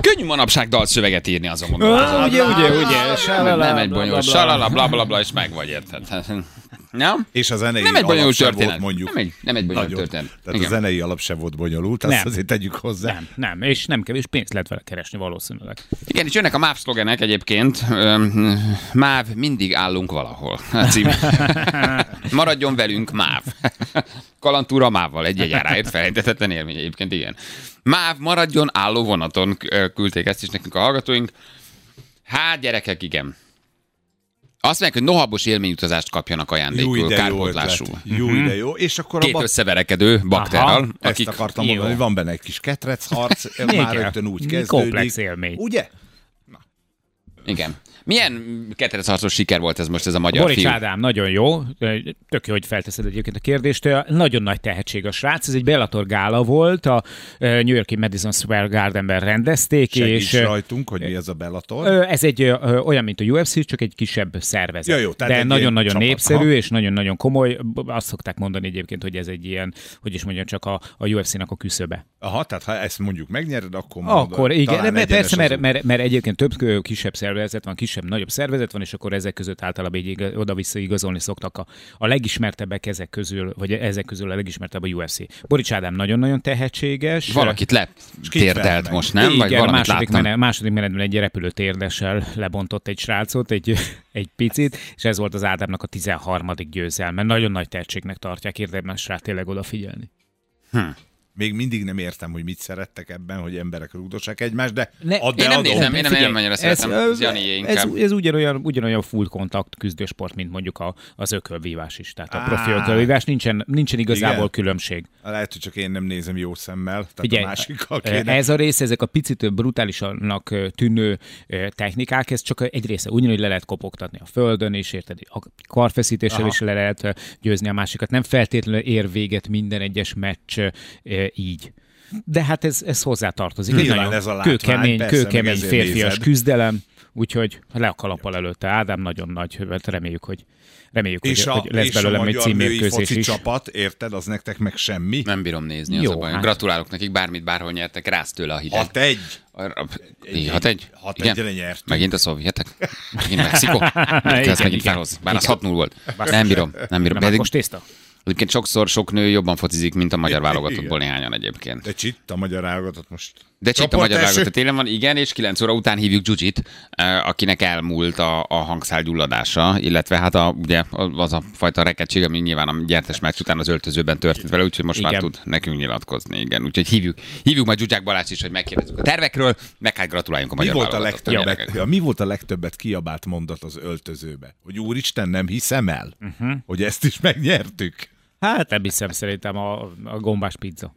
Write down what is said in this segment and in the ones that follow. Könnyű manapság dalszöveget írni azon gondolom. Ah, Azon- ugye, ugye, ugye, Nem, salala, nem egy bonyolult. bla, bla, bla. Salala, bla, bla, bla, és meg vagy, érted? Nem? És a zenei Nem egy bonyolult alap sem történet. Volt, mondjuk, Nem egy- nem egy bonyolult nagyon. történet. Tehát Igen. a zenei alap sem volt bonyolult, azt Nem. azért tegyük hozzá. Nem, nem, és nem kevés pénzt lehet vele keresni valószínűleg. Igen, és jönnek a MÁV szlogenek egyébként. Öm, MÁV, mindig állunk valahol. A cím. Maradjon velünk MÁV. Kalantúra MÁV-val egy jegyáráért felejtetetlen élmény egyébként, igen. MÁV, maradjon álló vonaton, Ö, küldték ezt is nekünk a hallgatóink. Hát, gyerekek, igen. Azt mondják, hogy nohabos élményutazást kapjanak Jó, ajándékul, de jó ötlet. kárpótlású. Mhm. Jó, de jó. És akkor a Két bak- összeverekedő bakterral, Aha, Ezt akik akartam Jó. mondani, hogy van benne egy kis ketrec harc, Igen. már rögtön úgy Mhm. Mi kezdődik. komplex élmény. Ugye? Igen. Milyen ketrecharcos siker volt ez most ez a magyar Borics fiú? Ádám, nagyon jó. Tök jó, hogy felteszed egyébként a kérdést. Nagyon nagy tehetség a srác. Ez egy Bellator gála volt, a New Yorki Madison Square Gardenben rendezték. Segíts és rajtunk, hogy mi ez a Bellator. Ö, Ez egy ö, ö, olyan, mint a UFC, csak egy kisebb szervezet. Ja, jó, tehát De egy ilyen nagyon-nagyon csapat. népszerű, Aha. és nagyon-nagyon komoly. B- Azt szokták mondani egyébként, hogy ez egy ilyen, hogy is mondjam, csak a, a UFC-nak a küszöbe. Aha, tehát ha ezt mondjuk megnyered, akkor mondod, Akkor igen, talán de mert egyenes persze, az mert, út. mert, mert egyébként több ö, kisebb szervezet van, kisebb, nagyobb szervezet van, és akkor ezek között általában így iga- oda-vissza igazolni szoktak a, a legismertebbek ezek közül, vagy ezek közül a legismertebb a UFC. Borics Ádám nagyon-nagyon tehetséges. Valakit letérdelt kitvernek. most, nem? Igen, Vagy a valamit második, láttam. mene, második menetben egy repülőtérdessel lebontott egy srácot, egy, egy picit, és ez volt az Ádámnak a 13. győzelme. Nagyon nagy tehetségnek tartják, érdemes rá tényleg odafigyelni. Hm, Még mindig nem értem, hogy mit szerettek ebben, hogy emberek rúgdossák egymást, de Ne- add Én el, nem adom. nézem, én nem, én Figyelj, nem annyira ez, szeretem. ö, Ez, Jani inkább. ez, ez ugyanolyan, ugyanolyan full kontakt küzdősport, mint mondjuk a, az ökölvívás is. Tehát a Á. profi ökölvívás nincsen, nincsen igazából Igen. Igen. különbség. Lehet, hogy csak én nem nézem jó szemmel, tehát Figyelj, Hát a másikkal kéne. ez a rész, ezek a picit brutálisanak ö, tűnő ö, technikák, ez csak egy része. Ugyanúgy le lehet kopogtatni a földön is, érted? A karfeszítéssel Aha. is le lehet ö, győzni a másikat. Nem feltétlenül ér véget minden egyes meccs ö, ö, így. De hát ez, ez hozzátartozik. Egy Nyilván nagyon ez a látvány, kőkemény, persze, meg kőkemény ezért férfias nézed. küzdelem, úgyhogy le a kalappal előtte. Ádám nagyon nagy, hát reméljük, hogy reméljük, és hogy, a, hogy lesz és a belőlem egy magyar női címérkőzés foci is. csapat, érted, az nektek meg semmi. Nem bírom nézni, az Jó, a baj. hát. Gratulálok nekik, bármit, bárhol nyertek, rász tőle a hideg. 6-1. Arra- Így, Hat egy? Hat Igen? egyre nyertünk. Megint a szovjetek? Megint Mexikó? Megint Igen, ezt megint igen. felhoz. Bár az 6-0 volt. Nem bírom, nem bírom. Na, már Pedig- hát most tészta? Egyébként sokszor sok nő jobban focizik, mint a magyar Igen. válogatottból néhányan egyébként. De csitt a magyar állatot most. De csak a Csoport magyar első. válogatott télen van, igen, és 9 óra után hívjuk Gyugyit, eh, akinek elmúlt a, a hangszálgyulladása, illetve hát a, ugye az a fajta rekedtség, ami nyilván a gyertes meccs után az öltözőben történt vele, úgyhogy most már Igen. tud nekünk nyilatkozni, igen. Úgyhogy hívjuk, hívjuk majd Gyugyák Balázs is, hogy megkérdezzük a tervekről, meg hát gratuláljunk a Mi magyar volt, a válogatott legtöbbet, ja, mi volt a legtöbbet kiabált mondat az öltözőbe? Hogy úristen, nem hiszem el, Mhm. uh-huh. hogy ezt is megnyertük. Hát nem hiszem, szerintem a, a gombás pizza.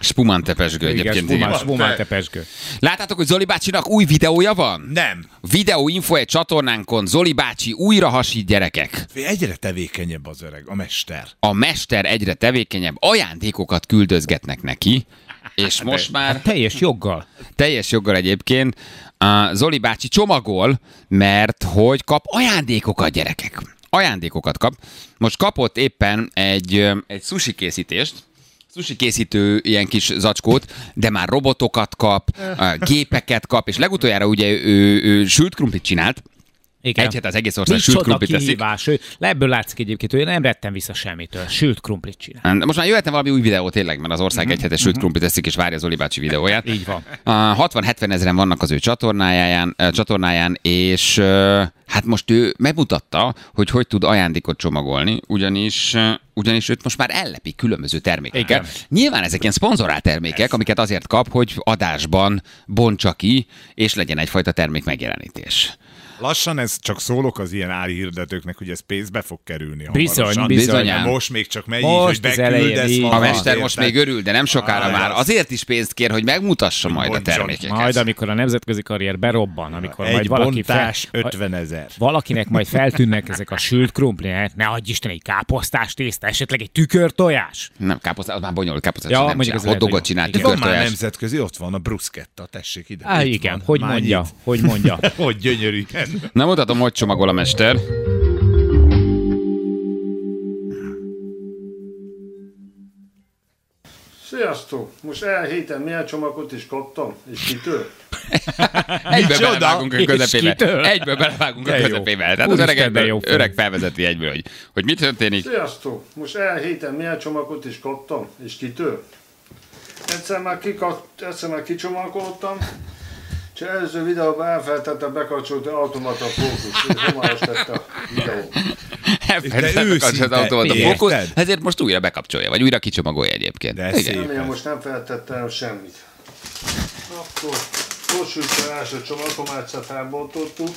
Spumán tepesgő egyébként. Igen, Igen. spumás, spumás tepesgő. Láttátok, hogy Zoli bácsinak új videója van? Nem. Videóinfo egy csatornánkon, Zoli bácsi újra hasít gyerekek. Egyre tevékenyebb az öreg, a mester. a mester egyre tevékenyebb, ajándékokat küldözgetnek neki, és most már Hát, Teljes joggal. teljes joggal egyébként a Zoli bácsi csomagol, mert hogy kap ajándékokat gyerekek. Ajándékokat kap. Most kapott éppen egy, ö, egy sushi készítést, sushi készítő ilyen kis zacskót, de már robotokat kap, ö, gépeket kap, és legutoljára ugye ő, ő, ő sült krumplit csinált, Igen. egy hét az egész ország sült Micsoda krumplit teszik. kihívás. Ő, le- ebből látszik egyébként, hogy ő nem rettem vissza semmitől. Sült krumplit csinál. De Most már jöhetne valami új videó tényleg, mert az ország egy hetes sült krumplit eszik, és várja az Oli bácsi videóját. Mhm. Így van. A 60-70 ezeren vannak az ő csatornáján, ö, csatornáján és ö, hát most ő megmutatta, hogy hogy tud ajándékot csomagolni, ugyanis ö, ugyanis őt most már ellepik különböző termékekkel. Igen. Nyilván ezek ilyen szponzorált termékek, amiket azért kap, hogy adásban bontsa ki, és legyen egyfajta termék megjelenítés. Lassan ez csak szólok az ilyen álhirdetőknek, hogy ez pénzbe fog kerülni Bizony, hamarosan. bizony. De Most még csak megy így, Most hogy az elején beküldesz így A Aha, mester most még örül, de nem sokára Aj, már. az- Azért is pénzt kér, hogy megmutassa majd a bontson. termékeket. Majd, amikor a nemzetközi karrier berobban, amikor Egy majd valaki bontás fel, 50 ezer. Valakinek majd feltűnnek ezek a sült krumpli, hát ne adj Isten egy káposztás tészta, esetleg egy tükörtojás. Nem, káposztát, az már bonyolult káposztát Ja, ja, nem mondjuk csinál. az lehet, Hotdogot hogy- csinál, igen. Van már tükörtojás. nemzetközi, ott van a bruschetta, tessék ide. Á, itt igen, van. hogy Már mondja, itt. hogy mondja. Hogy gyönyörűen. Na mutatom, hogy csomagol a mester. Sziasztok! Most elhéten milyen csomagot is kaptam, és kitől? Egyből Micsoda? belevágunk a És közepébe. kitől? Egyből belevágunk a De jó. közepébe. Tehát az Úristen, öreg, de jó egyből, film. öreg felvezeti egyből, hogy, hogy mi történik. Sziasztok! Most elhéten milyen csomagot is kaptam, és kitől? Egyszer már, kika, egyszer már kicsomagoltam, és előző videóban elfeltette a bekapcsolt automata fókusz, és homályos lett a videó. Elfelejtettek az az őszinte, autómat a érted? fókusz, ezért most újra bekapcsolja, vagy újra kicsomagolja egyébként. De Igen. szép. Remélem most nem feltettem el semmit. Akkor kossuk el első csomagom, egyszer felbontottuk.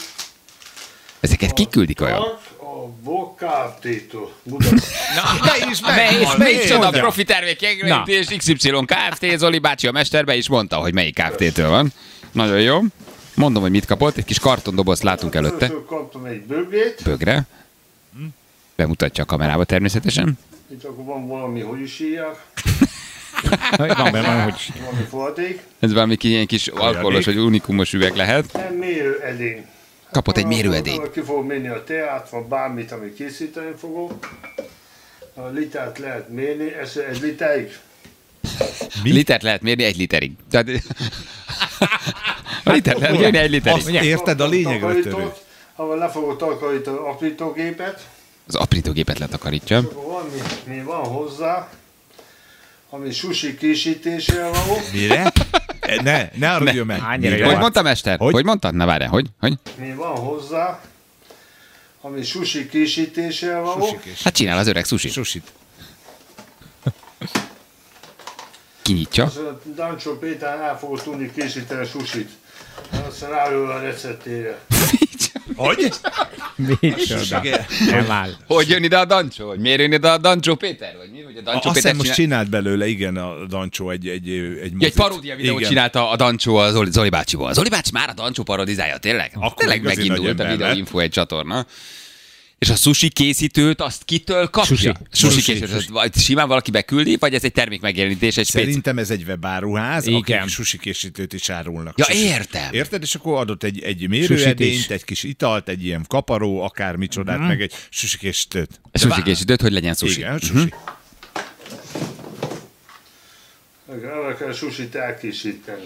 Ezeket kiküldik olyan? Tart a vokáltító. Budapest. Be is És micsoda profi termékjegyenítés, XY Kft. Zoli bácsi a mesterbe is mondta, hogy melyik Kft-től van. Nagyon jó. Mondom, hogy mit kapott. Egy kis kartondobozt látunk előtte. Először kaptam egy bögrét, Bögre. Bemutatja a kamerába természetesen. itt akkor van valami, hogy is hívják, Van benne, valami, hogy valami fordék. Ez valami ki- ilyen kis alkoholos vagy unikumos üveg lehet. Nem mérőedény. Kapott egy mérőedényt. Gondolom, Ki fog menni a teát, vagy bármit, amit készíteni fogok. A litát lehet mérni, ez egy litáig. Litert lehet mérni egy literig. Tehát... A litert lehet mérni egy literig. Azt érted a lényegre Takarítót, törő. Ahol le fogok takarítani a aprítógépet. Az aprítógépet letakarítja. Akkor van, mi, mi van hozzá, ami sushi készítésre való. Mire? Ne, ne arra meg. Annyira Mi jó. Hogy van? mondta, mester? Hogy? Hogy mondtad? Na várjál, hogy? Hogy? Mi van hozzá, ami sushi készítésre való. Susikés. Hát csinál az öreg sushi. Susit. Kinyitja. Az a Dancsó Péter el fogod tudni készíteni a susit. Aztán ráül a receptére. Hogy? micsoda. Nem áll. Hogy jön ide a Dancsó? Hogy miért jön ide a Dancsó Péter? Vagy mi? Hogy a Dancsó Azt Péter hiszem csinál... most most csinált belőle, igen, a Dancsó egy... Egy, egy, egy paródia videót Igen. csinálta a Dancsó a Zoli, Zoli bácsiból. Zoli bácsi már a Dancsó parodizálja, tényleg? Akkor tényleg igazi nagy megindult a ember Video lett. Info egy csatorna. És a sushi készítőt azt kitől kapja? Sushi. sushi Sushi, készítőt, azt vagy simán valaki beküldi, vagy ez egy termék megjelenítés, egy spéc... Szerintem ez egy webáruház, Igen. akik susikészítőt is árulnak. Ja, Sushi- értem. Érted? És akkor adott egy, egy mérőedényt, Susítés. egy kis italt, egy ilyen kaparó, akármicsodát, Mhm. mm-hmm. meg egy susikészítőt. Sushi készítőt, hogy legyen sushi. Igen, susi. Mm-hmm. El kell susit elkészíteni.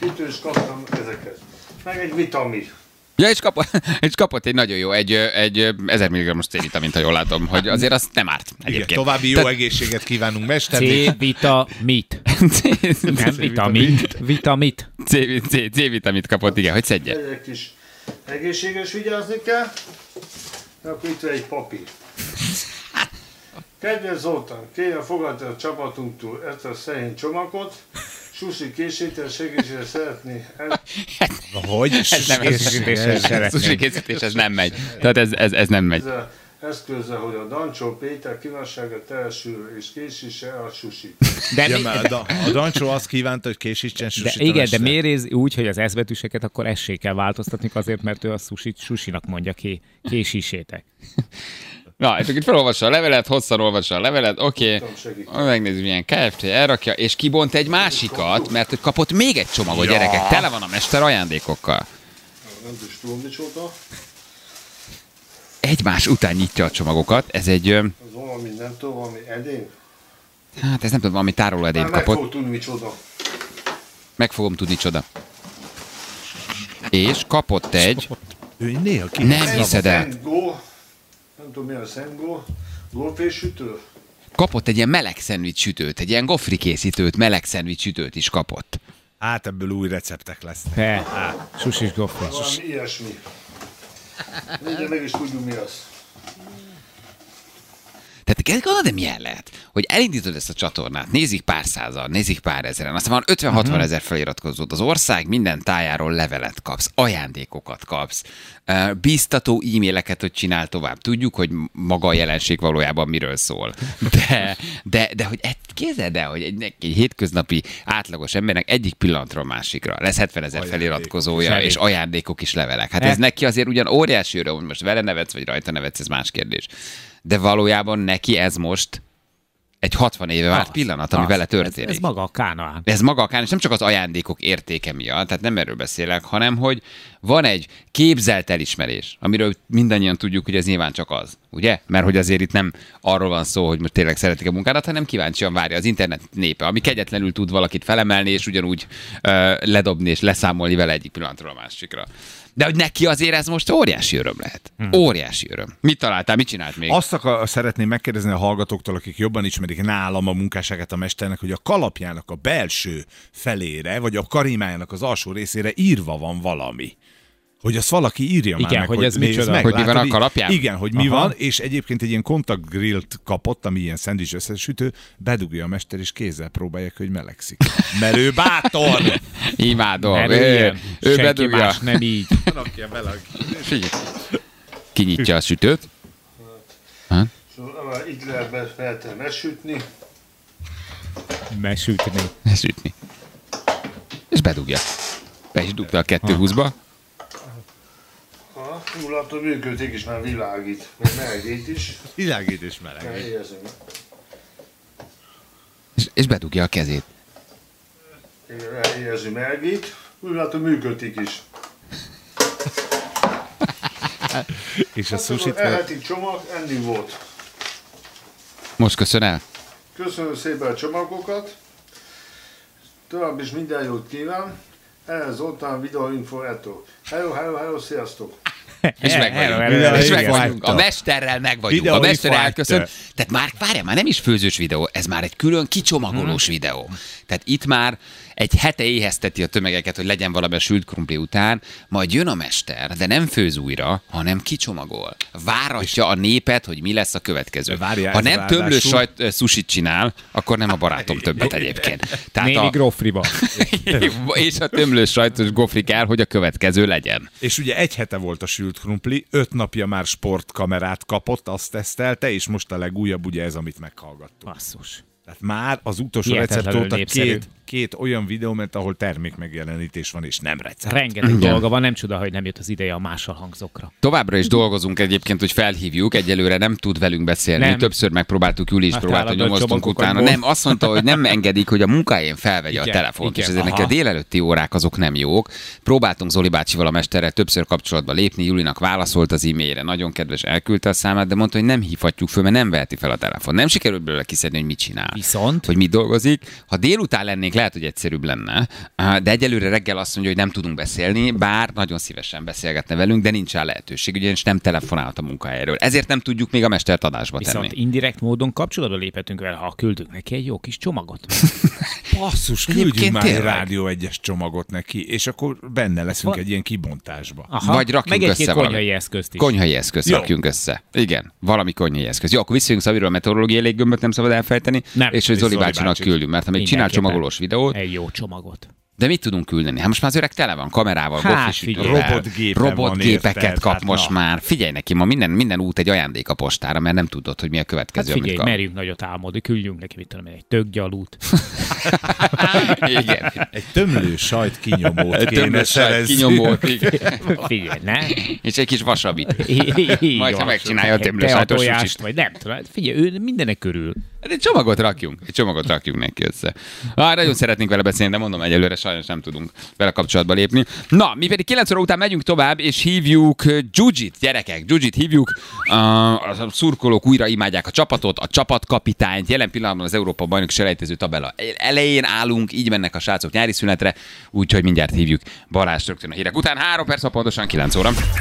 Kitől is kaptam ezeket. Meg egy vitamin. Ja, és kapott, és kapott egy nagyon jó, egy, ö, egy ö, 1000 mg-os C-vitamint, ha jól látom, hogy azért az nem árt Hát- Igen, egyébként. további jó egészséget kívánunk mesternek. C-vitamit. Nem vitamit. Vitamit. C, C, C vitamint kapott, igen, hogy szedje. Ezek kis egészséges vigyázni kell. Akkor itt van egy papír. Kedves Zoltán, kérem fogadja a csapatunktól ezt a szerény csomagot. Susi készítés segítségére szeretné el- Hogy? Ez nem, ez, sushi készítés, ez nem megy. Tehát ez, ez, ez nem megy. ezzel eszközzel, hogy a Dancsó Péter kívánsága teljesül és készítse el a susit. De, Ja, mi- mert a, da- a Dancsó azt kívánta, hogy késítsen de susit. a igen, de mester. miért érzi úgy, hogy az S betűseket akkor essé kell változtatni azért, mert ő a susit susinak mondja ki, késisétek. Na, és akkor itt felolvassa a levelet, hosszan olvassa a levelet, oké. Tudom segíteni. Okay. Megnézzük, milyen Kft. elrakja, és kibont egy másikat, mert hogy kapott még egy csomagot, gyerekek. Tele van a mester ajándékokkal. Nem is tudom micsoda, Egymás után nyitja a csomagokat, ez egy, ö, az valami nem tudom, valami edény. hát ez nem tudom, valami tárolóedényt Már meg kapott. fogok tudni micsoda. Meg fogom tudni csoda. És kapott egy, Ő néha ki... nem hiszed el, Szentgó, nem tudom mi a Szentgó, golfésütő. kapott egy ilyen meleg szendvics sütőt, egy ilyen gofri készítőt, meleg szendvics sütőt is kapott. Hát ebből új receptek lesznek. He, susis gofra. Valami ilyesmi. Mindjárt meg is tudjuk mi az. Tehát kell gondolod, de milyen lehet, hogy elindítod ezt a csatornát, nézik pár százan, nézik pár ezeren, aztán van 50-60 ezer feliratkozód, az ország minden tájáról levelet kapsz, ajándékokat kapsz, ö, bíztató e-maileket, hogy csinál tovább. Tudjuk, hogy maga a jelenség valójában miről szól. De, de, de hogy egy képzeld el, hogy egy, egy hétköznapi átlagos embernek egyik pillanatra a másikra lesz 70 ezer feliratkozója, Elég. és ajándékok is levelek. Hát E. ez neki azért ugyan óriási öröm, hogy most vele nevetsz, vagy rajta nevetsz, ez más kérdés. De valójában neki ez most egy 60 éve várt pillanat, ami vele történik. Ez, ez maga a kánaán. De ez maga akár, és nem csak az ajándékok értéke miatt, tehát nem erről beszélek, hanem hogy van egy képzelt elismerés, amiről mindannyian tudjuk, hogy ez nyilván csak az, ugye? Mert hogy azért itt nem arról van szó, hogy most tényleg szeretik a munkádat, hanem kíváncsian várja az internet népe, ami kegyetlenül tud valakit felemelni, és ugyanúgy ö, ledobni és leszámolni vele egyik pillanatról a másikra. De hogy neki azért ez most óriási öröm lehet. Hmm. Óriási öröm. Mit találtál, mit csinált még? Azt akar, szeretném megkérdezni a hallgatóktól, akik jobban ismerik nálam a munkásságát a mesternek, hogy a kalapjának a belső felére, vagy a karimájának az alsó részére írva van valami. Hogy azt valaki írja már Igen, meg, hogy ez nézd micsoda. meg, Hogy mi látod, van a így- kalapján? Igen, hogy mi Aha. van, és egyébként egy ilyen kontaktgrillt kapott, ami ilyen szendvics összesütő, bedugja a mester, és kézzel próbálják, hogy melegszik. Mert ő bátor! Imádom. Mert Ő- ő, ilyen, ő senki bedugja. más nem így. Rakja bele a- Figyelj. Kinyitja a sütőt. Szóval itt lehet be, fel kell mesütni. Mesütni. Ezt ütni. És bedugja. Be is dugta a 220-ba. Ha, jól attól működik, és már világít. Meg melegít is. Világít és meleg. Érzem. És, és bedugja a kezét. Érzi melegít. Úgy látom, működik is. És a sushit meg- Hát, Eheti csomag, enni volt. Most köszön el. Köszönöm szépen a csomagokat. Tovább is minden jót kíván. Ez Zoltán videoinfo etó. Hello, hello, hello, sziasztok! És meg Erre, vagyunk. erre, erre, És meg igen. vagyunk. A mesterrel meg vagyunk. Videó A mester infarkta. elköszön. Tehát már, várjál, már nem is főzős videó, ez már egy külön Mhm. kicsomagolós videó. Tehát itt már egy hete éhezteti a tömegeket, hogy legyen valami a sült krumpli után, majd jön a mester, de nem főz újra, hanem kicsomagol. Váratja a népet, hogy mi lesz a következő. Várjál, ha ez nem ráadásul- tömlős sajt ö, sushit csinál, akkor nem a barátom többet egyébként. Tehát Néni a, grofriba. és a tömlős sajtos gofri kell, hogy a következő legyen. És ugye egy hete volt a sült krumpli, öt napja már sportkamerát kapott, azt tesztelte, és most a legújabb ugye ez, amit meghallgattuk. Basszus. Tehát már az utolsó Hihetetlenül recept óta népszerű. két, két olyan videó ment, ahol termék megjelenítés van, és nem recept. Rengeteg dolga van, nem csoda, hogy nem jött az ideje a mással hangzókra. Továbbra is dolgozunk egyébként, hogy felhívjuk, egyelőre nem tud velünk beszélni. Nem. Többször megpróbáltuk, Júli is Hát próbálta, állandóan nyomoztunk csomagokat utána. mond. Nem, azt mondta, hogy nem engedik, hogy a munkáján felvegye a Igen, telefont, igen, és ezért neki a aha. délelőtti órák azok nem jók. Próbáltunk Zoli bácsival a mesterrel többször kapcsolatba lépni, Julinak válaszolt az e-mailre, nagyon kedves, elküldte a számát, de mondta, hogy nem hívhatjuk föl, mert nem veheti fel a telefon. Nem sikerült belőle kiszedni, hogy mit csinál. Viszont- Hogy mi dolgozik. Ha délután lennénk, lehet, hogy egyszerűbb lenne, Á, de egyelőre reggel azt mondja, hogy nem tudunk beszélni, bár nagyon szívesen beszélgetne velünk, de nincs rá lehetőség, ugyanis nem telefonált a munkahelyről. Ezért nem tudjuk még a mestert adásba Viszont tenni. indirekt módon kapcsolatba léphetünk vele, ha küldünk neki egy jó kis csomagot. Basszus, küldjünk Egyébként már egy tényleg. Rádió egyes csomagot neki, és akkor benne leszünk Va- egy ilyen kibontásba. Aha, Vagy rakjunk meg össze egy-két valamit. konyhai eszközt is. Konyhai eszköz Jó. rakjunk össze. Igen, valami konyhai eszköz. Jó, akkor visszajönk Szabiról a meteorológiai léggömböt nem szabad elfejteni, Nem. és hogy És Zoli Zoli bácsinak bácsit. küldünk, mert ha még csinál Mindenképpen. csomagolós videót, Egy jó csomagot. de mit tudunk küldeni? Hát most már az öreg tele van kamerával, Hát, gofisítővel, figyelj. Robotgépe van robotgépeket érted, kap hát most na. már. Figyelj neki, ma minden, minden út egy ajándék a postára, mert nem tudod, hogy mi a Hát következő, figyelj, amit kap. merjünk nagyot álmodni, küldjünk neki, mit tudom én, egy tökgyalút. Igen. Egy tömlő sajt kinyomót kéne Tömös sajt, szerezni. kinyomót, igen. Figyelj, ne? és egy kis vasabit. Így Majd, van. ha megcsinálja a Egy tömlős tea sajtos tojást, sucsit. Vagy nem tudom, hát figyelj, ő mindenek körül. Hát egy csomagot rakjunk, egy csomagot rakjunk neki össze. Á, nagyon szeretnénk vele beszélni, de mondom, egyelőre sajnos nem tudunk vele kapcsolatba lépni. Na, mi pedig 9 óra után megyünk tovább, és hívjuk ö, Gyugyit, gyerekek, Gyugyit hívjuk. A, a szurkolók újra imádják a csapatot, a csapatkapitányt. Jelen pillanatban az Európa bajnok selejtező tabela elején állunk, így mennek a srácok nyári szünetre, úgyhogy mindjárt hívjuk Balázs rögtön a hírek után. Három perc, ha pontosan 9 óra.